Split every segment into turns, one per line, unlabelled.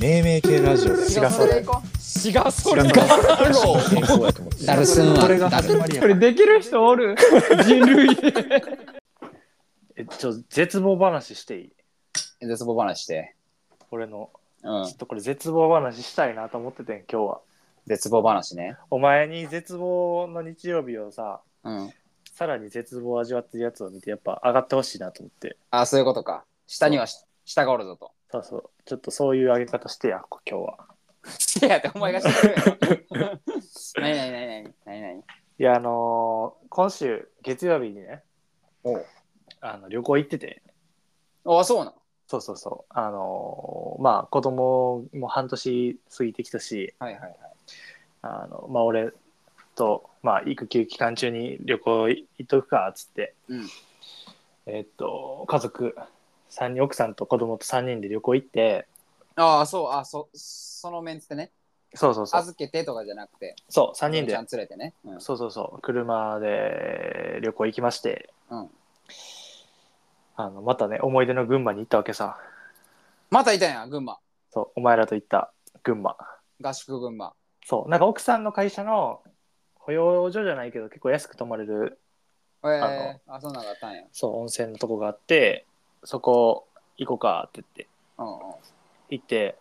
命名系ラジオだよ
違うそれ行こ
違うそれ
違う
か
健康やと思って
ダルスンは
これが
ダル
これできる人おる人類
えちょ絶望話していい
絶望話して。
俺の
うん
ちょ。っとこれ絶望話したいなと思っててん今日は
絶望話ね。
お前に絶望の日曜日をさ
うん。
さらに絶望を味わってるやつを見てやっぱ上がってほしいなと思って
あ、そういうことか。下にはし下がおるぞ と。
そうそうちょっとそういう上げ方してや今日はい
や、ってお前がしてくれ よ。何何何何何何
いやあのー今週月曜日にね
おう
あの旅行行ってて
あ、そうなの
そうそうそうあのーまあ子供も半年過ぎてきたし
はいはいはい。
あのまあ俺と、まあ、育休期間中に旅行行っとくかっつって、
うん
えっと家族三人奥さんと子供と3人で旅行行って
ああ、そう、あそ、そのメンツでね。
そうそうそう
預けてとかじゃなくて、
そう3人
ち
で
ゃん連れてね。うん。
そうそうそう車で旅行行きまして、
うん
あのまたね思い出の群馬に行ったわけさ
またいたやん、群馬。
そうお前らと行った群馬
合宿群馬。
そうなんか奥さんの会社の保養所じゃないけど結構安く泊まれる
えー、あそうなんだったんや。
そう温泉のとこがあってそこ行こうかって言って
うんうん。
行って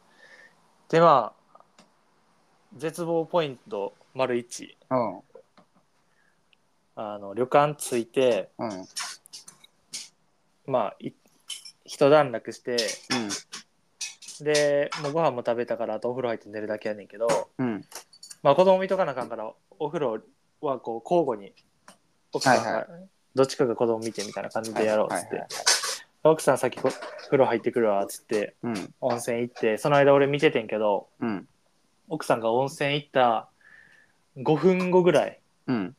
でまあ絶望ポイント丸一
うん
あの旅館着いて
うんうん
まあい一段落してでもうご飯も食べたからあとお風呂入って寝るだけやねんけど、
うん
まあ、子供見とかなあかんからお風呂はこう交互に奥さんが、
はい
どっちかが子供見てみたいな感じでやろうっつって、
はいはい
奥さん先こ風呂入ってくるわっつって
うん
温泉行ってその間俺見ててんけど
うん
奥さんが温泉行った5分後ぐらい
うん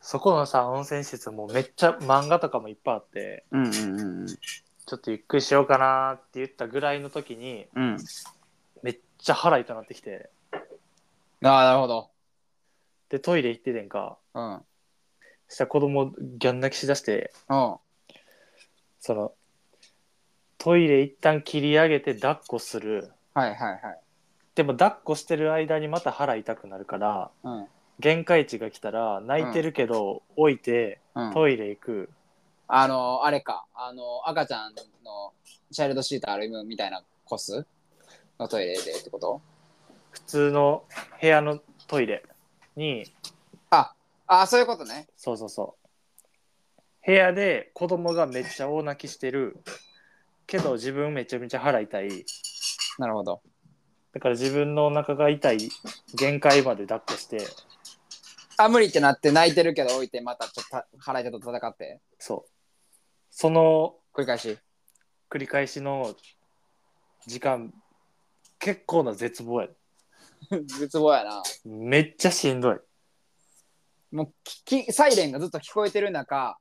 そこのさ温泉施設もめっちゃ漫画とかもいっぱいあって
うんうんうん
ちょっとゆっくりしようかなって言ったぐらいの時に
うん。
めっちゃ腹痛なってきて
ああ、なるほど。
でトイレ行っててんか
うん。
したら子供ギャン泣きしだして
うん。
そのトイレ一旦切り上げて抱っこする
はいはいはい。
でも抱っこしてる間にまた腹痛くなるから
うん。
限界値が来たら泣いてるけど置いて
うん、
トイレ行く
あのあれか。あの赤ちゃんのチャイルドシートアルミみたいなコスのトイレでってこと
普通の部屋のトイレに
ああー、そういうことね。
そうそうそう部屋で子供がめっちゃ大泣きしてるけど自分めちゃめちゃ腹痛い
なるほど。
だから自分のお腹が痛い限界まで抱っこして
あ、無理ってなって泣いてるけど置いてまたちょっと腹痛と戦って。
そうその
繰り返し。
繰り返しの時間結構な絶望や
絶望やな。
めっちゃしんどい
もうききサイレンがずっと聞こえてる中、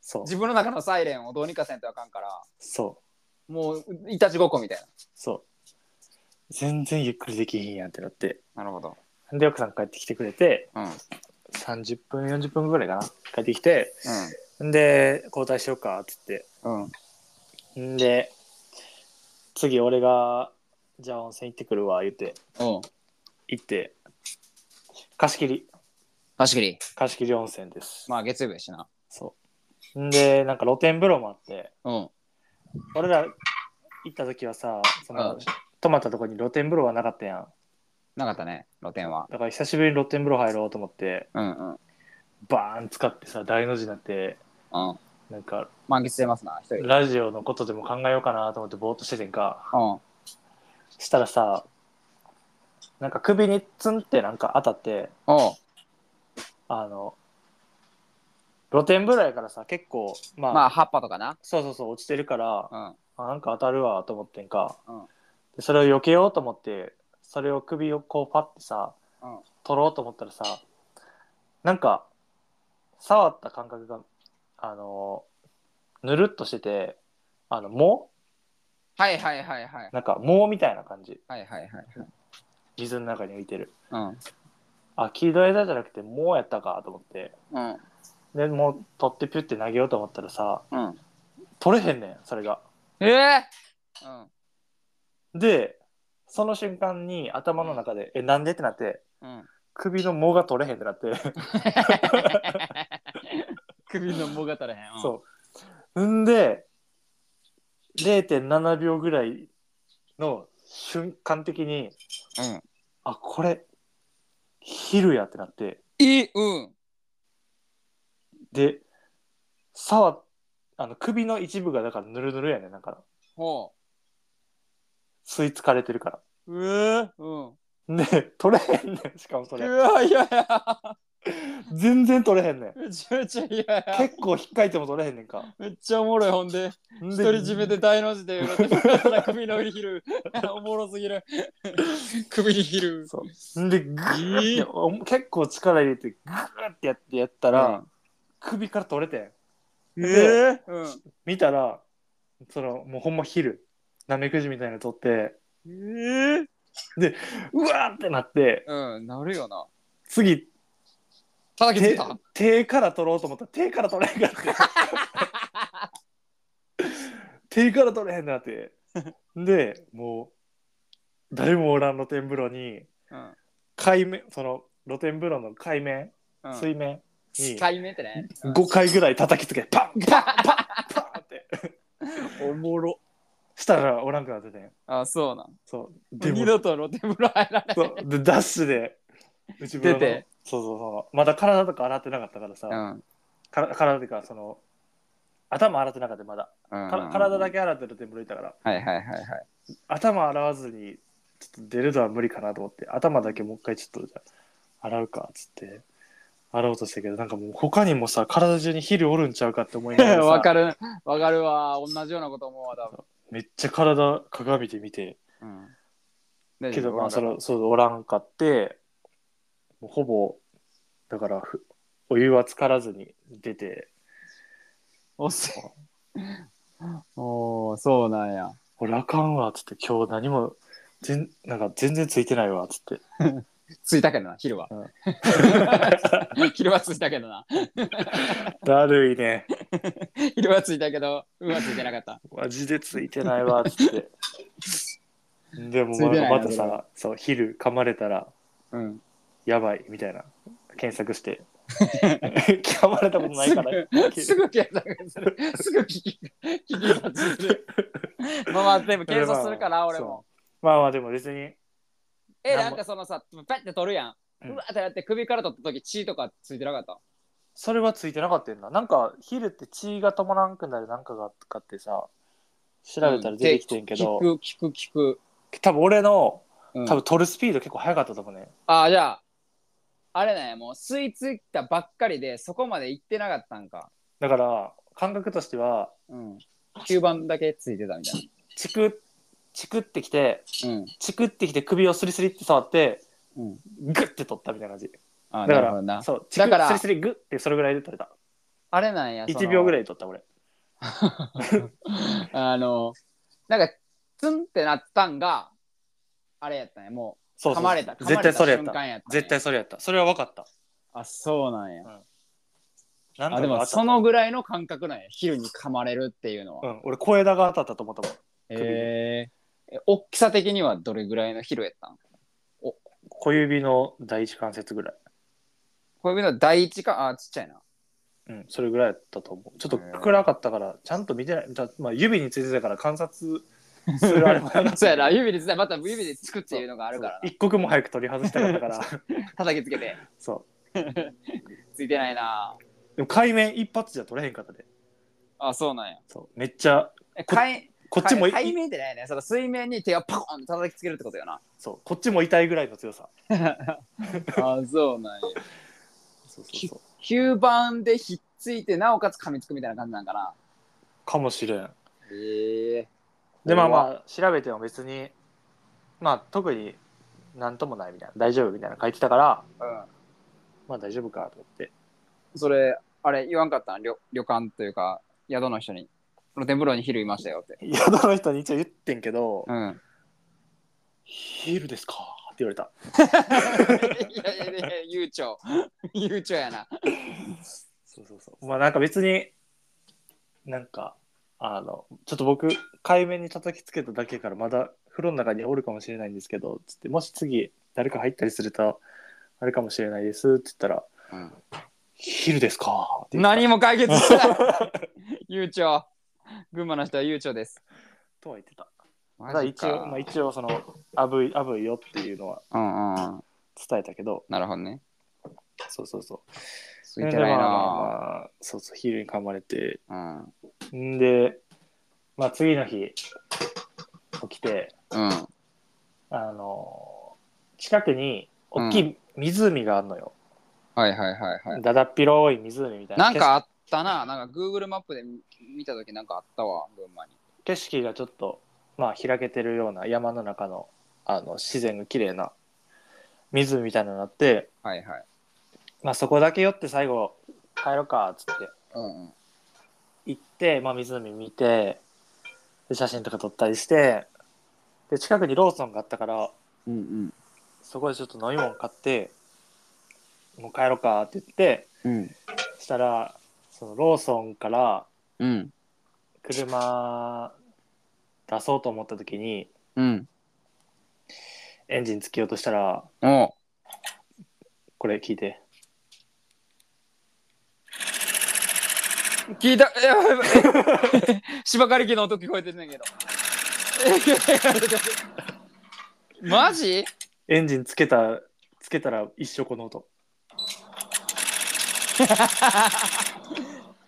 そう
自分の中のサイレンをどうにかせんとあかんから、
そう
もういたちごっこみたい
そう全然ゆっくりできひんやんってなって
な。なるほど。
で奥さん帰ってきてくれて
うん。うん。
30分40分ぐらいかな帰ってきてで交代しようかっつって
うん。
んで次俺がじゃあ温泉行ってくるわ言って
うん。
行って貸し切り
確かに。
貸し切り温泉です、
まあ月曜日やしな。
そうんでなんか露天風呂もあって
うん。
俺ら行った時はさその、
うん
泊まったとこに露天風呂はなかったやん
なかったね、露天は。
だから久しぶりに露天風呂入ろうと思って
うんうん。
バーン使ってさ大の字になって
うん。
なんか
満喫してますな、一人。うん。
ラジオのことでも考えようかなと思ってぼーっとしててんかしたらさなんか首にツンってなんか当たって
おう
あの露天風呂やからさ結構まあ、
まあ、葉っぱとかな。
そうそうそう落ちてるから
うん。
あなんか当たるわと思ってんか、
うん
でそれを避けようと思ってそれを首をこうパッてさ、
うん
取ろうと思ったらさなんか触った感覚があのぬるっとしててあの毛
はいはいはいはい。
なんか毛みたいな感じ
はいはいはい。
水の中に浮いてる
うん。
あ黄色い枝じゃなくて毛やったかと思って
うん。
でもう取ってピュッて投げようと思ったらさ
うん。
取れへんねんそれが
ええうん。
でその瞬間に頭の中で「えなんで?」ってなって
うん。
首の毛が取れへんってなって
首のもがたれへん。うん
そう。んで、0.7秒ぐらいの瞬間的に、
うん。
あ、これ、昼やってなって、
え、うん。
で、触あの首の一部がだからぬるぬるやねんなんか
ほ
吸い付かれてるか
う。うえうん。
ら。で、取れへんねん、しかもそれ。
わ、いやいや。
全然取れへんねん。
めちゃめちゃいや
結構引っかいても取れへんねんか。
めっちゃおもろい、ほんで。
んで
一人占めで大の字 で裏手から首のひる。 おもろすぎる。首にひる。
んで、グーって、
えー
お結構力入れて、グーってやってやったら、
うん
首から取れてん。
え
で
うん。
見たらそのもうほんま昼なめくじみたいなの取って
え
うわーってなって
うん、なるよな。
次
叩きつけ
手
た。
手から取ろうと思ったら手から取れへんかって 手から取れへんなってでもう誰もおらん露天風呂に
うん。
海面その露天風呂の海面
うん
水面に
一回目ってね。
5回ぐらい叩きつけてパンパンパンパンって
おもろ。
したらおらんくなってて
あ、そうなん。
そうで
二
も
度と露天風呂入らない。
そうでダッシュで内風呂の
出て
そうそうそうまだ体とか洗ってなかったからさ、
うん。
から体というかその頭洗ってなかったまだ、から体だ
け。
け洗ってるって言ったから
はいはいはいはい。
頭洗わずにちょっと出るのは無理かなと思って頭だけもう一回ちょっとじゃあ洗うかっつって洗おうとしたけどなんかもう他にもさ体中にヒルおるんちゃうかって思い なが ら
わ
さ
かるわかるわ同じようなこと思うわ多分
めっちゃ体鏡で見て
うん大
け
丈
ど
夫
ま
わ
あ
か
そ
る
のそうおらんかってもうほぼだからふお湯は浸からずに出て
おっせおーそうなんや
俺あかんわっつって今日何も全なんか全然ついてないわっつって
ついたけどな昼は 昼はついたけどな
だるいね
昼はついたけどうはついてなかった
マジでついてないわっつって でも
ついてないな
また
それ
さそう昼噛まれたら
うん
やばいみたいな検索して 噛まれたことない
す
から
ぐ すぐ検索するすぐ聞き聞き察知す るまあまあでも検索するから俺も
そうまあまあでも別に
え
なん
な
も
んかそのさパッて取るや
うんん
うわってやって首から取った時血とかついてなかった
それはついてなかったんだなんか昼って血が止まらんくなるなんかがあったかってさ調べたら出てきてんけど、
うん聞く聞く
多分俺
聞く、うん
の多分取るスピード結構速かったと思うね、
ああ、じゃあ、あれなんや、もう吸い付いたばっかりで、そこまで行ってなかったんか。
だから感覚としては
うん。吸盤だけついてたみたい
チクチクってきて
な。うん。
チクってきて首をスリスリって触って
うん。
グッて取ったみたいな感じ
ああ、
だか
なるほど
ら
な。
そうチ
だ
ク
から
スリスリグッてそれぐらいで取れた
あれなんや、
1秒ぐら
い。
いで取った俺
あの、なんか、ツンってなったんが、あれやったね、もう、
そうそう
噛まれた。噛まれ
絶対それやっ
瞬
た
間やったんや
絶対。それやったそれは分かった
あ、そうなんや。
なんか
あ、で
が
も、
った
そのぐらいの感覚なんや。昼に噛まれるっていうの
う
は。
ん俺小枝が当たったと思ったもん
へ
首
ええ、大きさ的にはどれぐらいの昼やったん
小指の第一関節ぐらい
小指の第一か、あ、ちっちゃいな。
うんそれぐらいやったと思うちょっと暗かったからちゃんと見てないだまあ指についてたから観察するあれも なかった
そうやな、指でつなまた指でつくっていうのがあるからな。
一刻も早く取り外したかったから
叩きつけて、
そ
ついてないな。
うでも海面一発じゃ取れへんかったで
あ、そうなんや。
そうめっちゃ
え、
こ
海
こっちもい
海面ってないね。その水面に手をパコンと叩きつけるってことよな。
そうこっちも痛いぐらいの強さ
あ、そうなんや。
そうそうそう
吸盤でひっついて、なおかつ噛みつくみたいな感じなんかな。
かもしれん
へえ
でまあま
あ。
あ調べても別にまあ特になんともないみたいな大丈夫みたいなの書いてたから
うん。
まあ大丈夫かと思って
それ、あれ、言わんかったん旅旅館というか、宿の人に。露天風呂に昼いましたよって。
宿の人に一応言ってんけど
うん。
「ヒールですか?」って言われた
いやいやいや、悠長。悠長やな。
そうそうそうまあなんか別になんかあのちょっと僕海面に叩きつけただけからまだ風呂の中におるかもしれないんですけどつってもし次誰か入ったりするとあれかもしれないですって言ったら
うん
「昼ですか」って言った
何も解決 してない。悠長。群馬の人は悠長です。
とは言ってた
マ
ただ
ジ
一応、まあ、
か。
一応その「あぶいあぶいよ」っていうのは
うんうんうん。
伝えたけど
なるほどね。
そうそうそう
ついてない
まあま
な
あまあそうそう昼に噛まれて
うん。
んでまあ次の日起きて
うん。
あの近くに大きい湖があるのよ、
はいはいはいはい。
だだっ広い湖みたいな
なんかあったな。なんか Google マップで見たときなんかあったわ、群馬に。
景色景色がちょっと、まあ、開けてるような山の中のあの自然が綺麗な湖みたいなのがあって、
はいはい。
まあ、そこだけ寄って最後帰ろうかっつって
うんうん。
行って、まあ、湖見てで写真とか撮ったりしてで近くにローソンがあったから
うんうん。
そこでちょっと飲み物買ってもう帰ろうかって言って
うん。
したらそのローソンから
うん。
車出そうと思った時に
うん。
エンジンつけようとしたら
おう
これ聞いて
聞いた。いやばいや ばい芝刈り機の音聞こえてんねんけど。
マジ
エンジンつけたつけたら一生この音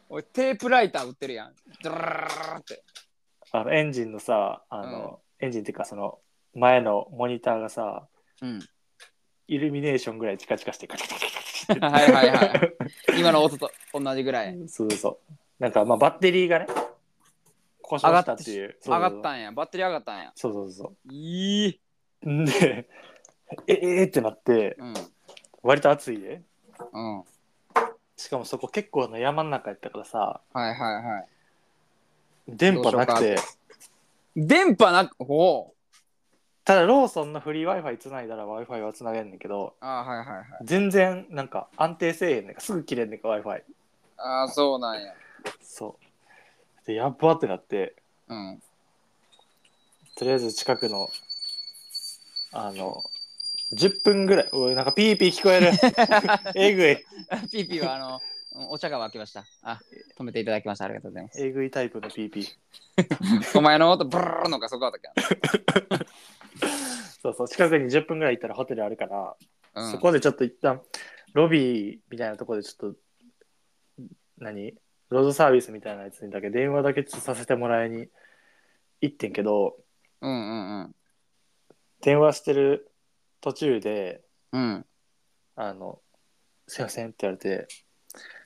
俺テープライター売ってるやん。ドラララララって。
あのエンジンのさあの、エンジンっていうかその前のモニターがさ
うん。
イルミネーションぐらいチカチカしてカチカチカチカチカチ
はいはいはい。今の音と同じぐらい。
そうそうそうなんかまあバッテリーがね故障したっていう
上がっ
ん
たんや。バッテリー上がったんや。
そうそうそ
いい。
うそうでええーってなって
うん。
割と暑いで
うん。はい
しかもそこ結構な山の中やったからさ
はいはい。
電波なく
どうしよう
て
電波なく、おう
ただローソンのフリー Wi-Fi つないだら Wi-Fi はつなげんねんけど
あーはいはいはい。
全然なんか安定せえへんねんかすぐ切れんねんか Wi-Fi
ああ、そうなんや。
そうでやっばってなって
うん。
とりあえず近くのあの10分ぐらいおいなんかピーピー聞 こえるえぐい
ピーピーはあの、お茶が沸きました。あ、止めていただきました。ありがとうございます。
えぐいタイプのピーピー
お前の音、ブルーのがそこだったっけ
そうそう近くに10分ぐらい行ったらホテルあるから、
うん。
そこでちょっと一旦ロビーみたいなところでちょっと何ロードサービスみたいなやつにだけ電話だけさせてもらいに行ってんけど
うんうんうん。
電話してる途中で
うん。
あの、すいませんって言われて、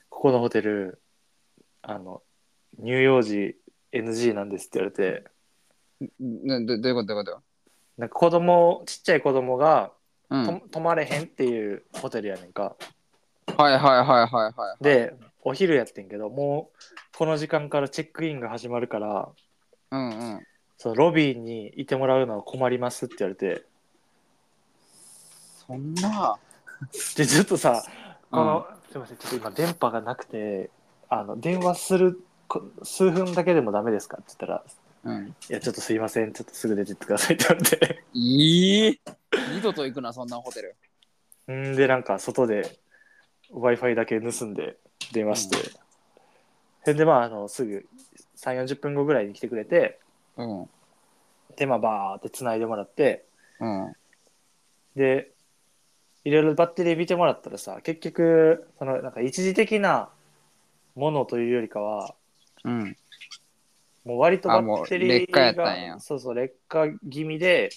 ここのホテル、あの、乳幼児 NG なんですって言われて、
などどういうことどういうこと
なんか子供、ちっちゃい子供が、
うん。
と
はい
泊まれへんっていうホテルやねんか。
はいはいはいは
で、お昼やってんけど、もうこの時間からチェックインが始まるから、
い。うんうん。
そのロビーにいてもらうのは困りますって言われて、
そんな。
で、ずっとさ、この、すいません、ちょっと今電波がなくて、あの、電話するこ数分だけでもダメですかって言ったら、
うん。
いや、ちょっとすいません。ちょっとすぐ出てってくださいって言われて。
いい。二度と行くな、そんなホテル。
んで、なんか、外で Wi-Fi だけ盗んで電話して。それで、まあ、あの、すぐ3、40分後ぐらいに来てくれて、
うん。
で、まあ、バーって繋いでもらって、
うん。
で、いろいろバッテリー見てもらったらさ、結局、その、なんか一時的なものというよりかは、
うん。
もう割とバッテリーが
あもう劣化やったんや
そうそう劣化気味で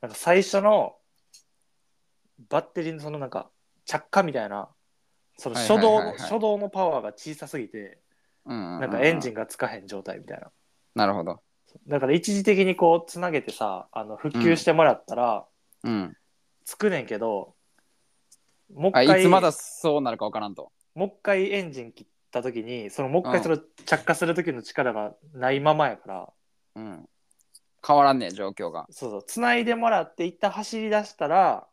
なんか最初のバッテリーのそのなんか着火みたいなその
はい
初
はいはい
動
はい
の初動のパワーが小さすぎて
うん。
なんかエンジ
ン。
ンがつかへん状態みたいな
なるほど。
だから一時的にこうつなげてさあの復旧してもらったら
うん。
つくねんけど、もう
あ、
一
い
回
つまだ
も
そうなるかわからんと。
う一回エンジン切った時にそのもう一
う
回
ん
その着火する時の力がないままやから、
うん。変わらんねえ、状況が。
そうそう、つないでもらって、一旦走り出したら、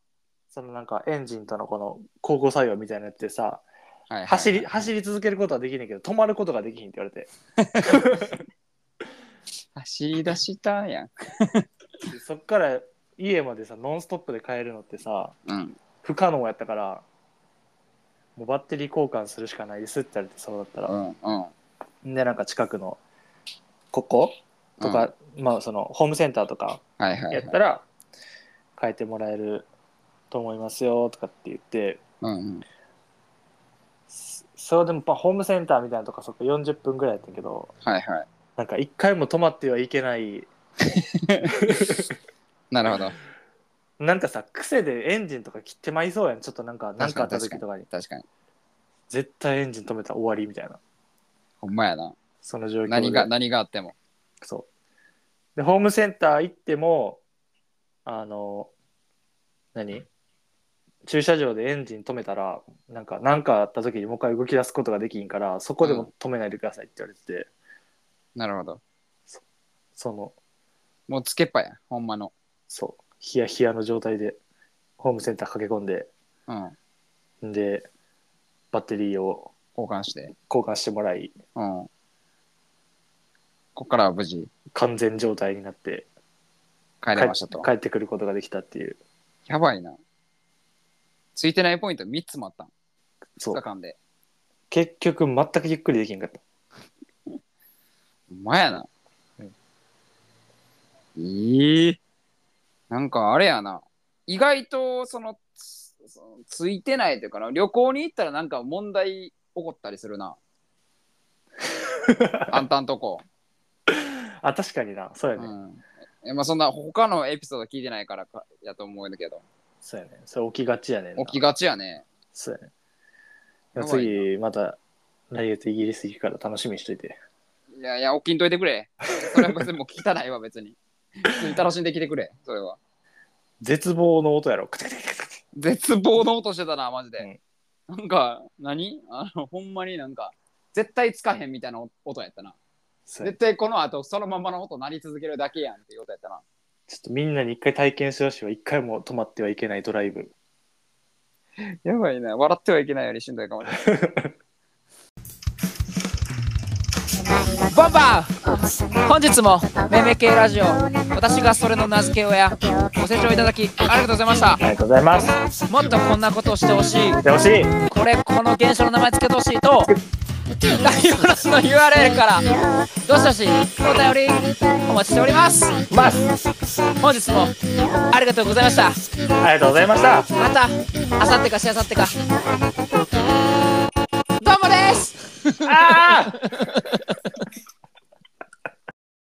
そのなんかエンジンとのこの交互作用みたいなやつでさ、
はいはい。
走り、走り続けることはできないけど、止まることができひんって言われて、
走り出したやん。
でそっから家までさノンストップで帰るのってさ
うん。
不可能やったからもうバッテリー交換するしかないですって言われてそうだった
う
ら、
ん。うん。
でなんか近くのこことか、まあそのホームセンターとか
はいはい、は
や
い
っ。たら変えてもらえると思いますよとかって言って
うんうん。
そそうでもまあホームセンターみたいなとかそっか40分ぐらいやったけど
はいはい。
なんか一回も泊まってはいけない
なるほど。
なんかさ癖でエンジンとか切ってまいそうやんちょっとなんかなんかあった時とかに
確かに。
絶対エンジン止めたら終わりみたいな
ほんまやな。
その状況で
何が、何があっても。
そうでホームセンター行ってもあの何駐車場でエンジン止めたらなんか何かあった時にもう一回動き出すことができんからそこでも止めないでくださいって言われてて、
なるほど。
その
もうつけっぱや。ほんまの。
そうヒヤヒヤの状態でホームセンター駆け込んで
うん。
んでバッテリーを
交換して。
交換してもらい
うん。こっからは無事
完全状態になって
帰れましたと
帰。帰ってくることができたっていう
やばいな。ついてないポイント3つもあったん。
そ
2日
う
間で。
結局全くゆっくりできんかった
ほんまやな
う。
ええなんかあれやな。意外とそのつそのついてないというかな旅行に行ったらなんか問題起こったりする な。あんたんとこ。
あ確かになそうやね、
うんえまあ、そんな他のエピソード聞いてないからかやと思うんだけど
そうやねそれ起きがちやねんな
起きがちやね
そうやねでも
やばいな
次また来月イギリス行くから楽しみにしといて
いやいや起きんといてくれそれは別にもう聞きたないわ別に普通に楽しんできてくれそれは
絶望の音やろカチャカチャカチャカチ
絶望の音してたなマジで、なんか何あのほんまになんか絶対つかへんみたいな音やったな
ャ
絶対この後そのままの音鳴り続けるだけやんっていう音やったな
ちょっとみんなに一回体験してほしいわ一回も止まってはいけないドライブ
やばいな笑ってはいけないよりしんどいかもしれないバンバン
本日もめめ系ラジオ私がそれの名付け親ご清聴いただきありがとうございまし
あり
た
がとうございます
もっとこんなことをしてほしい
してほしい
これこの現象の名前つけてほしいと概要欄の URL からどしどしお便りお待ちしております
ます
本日もありがとうございました
ありがとうございました
またあさってかしあさってかどうもです
ああ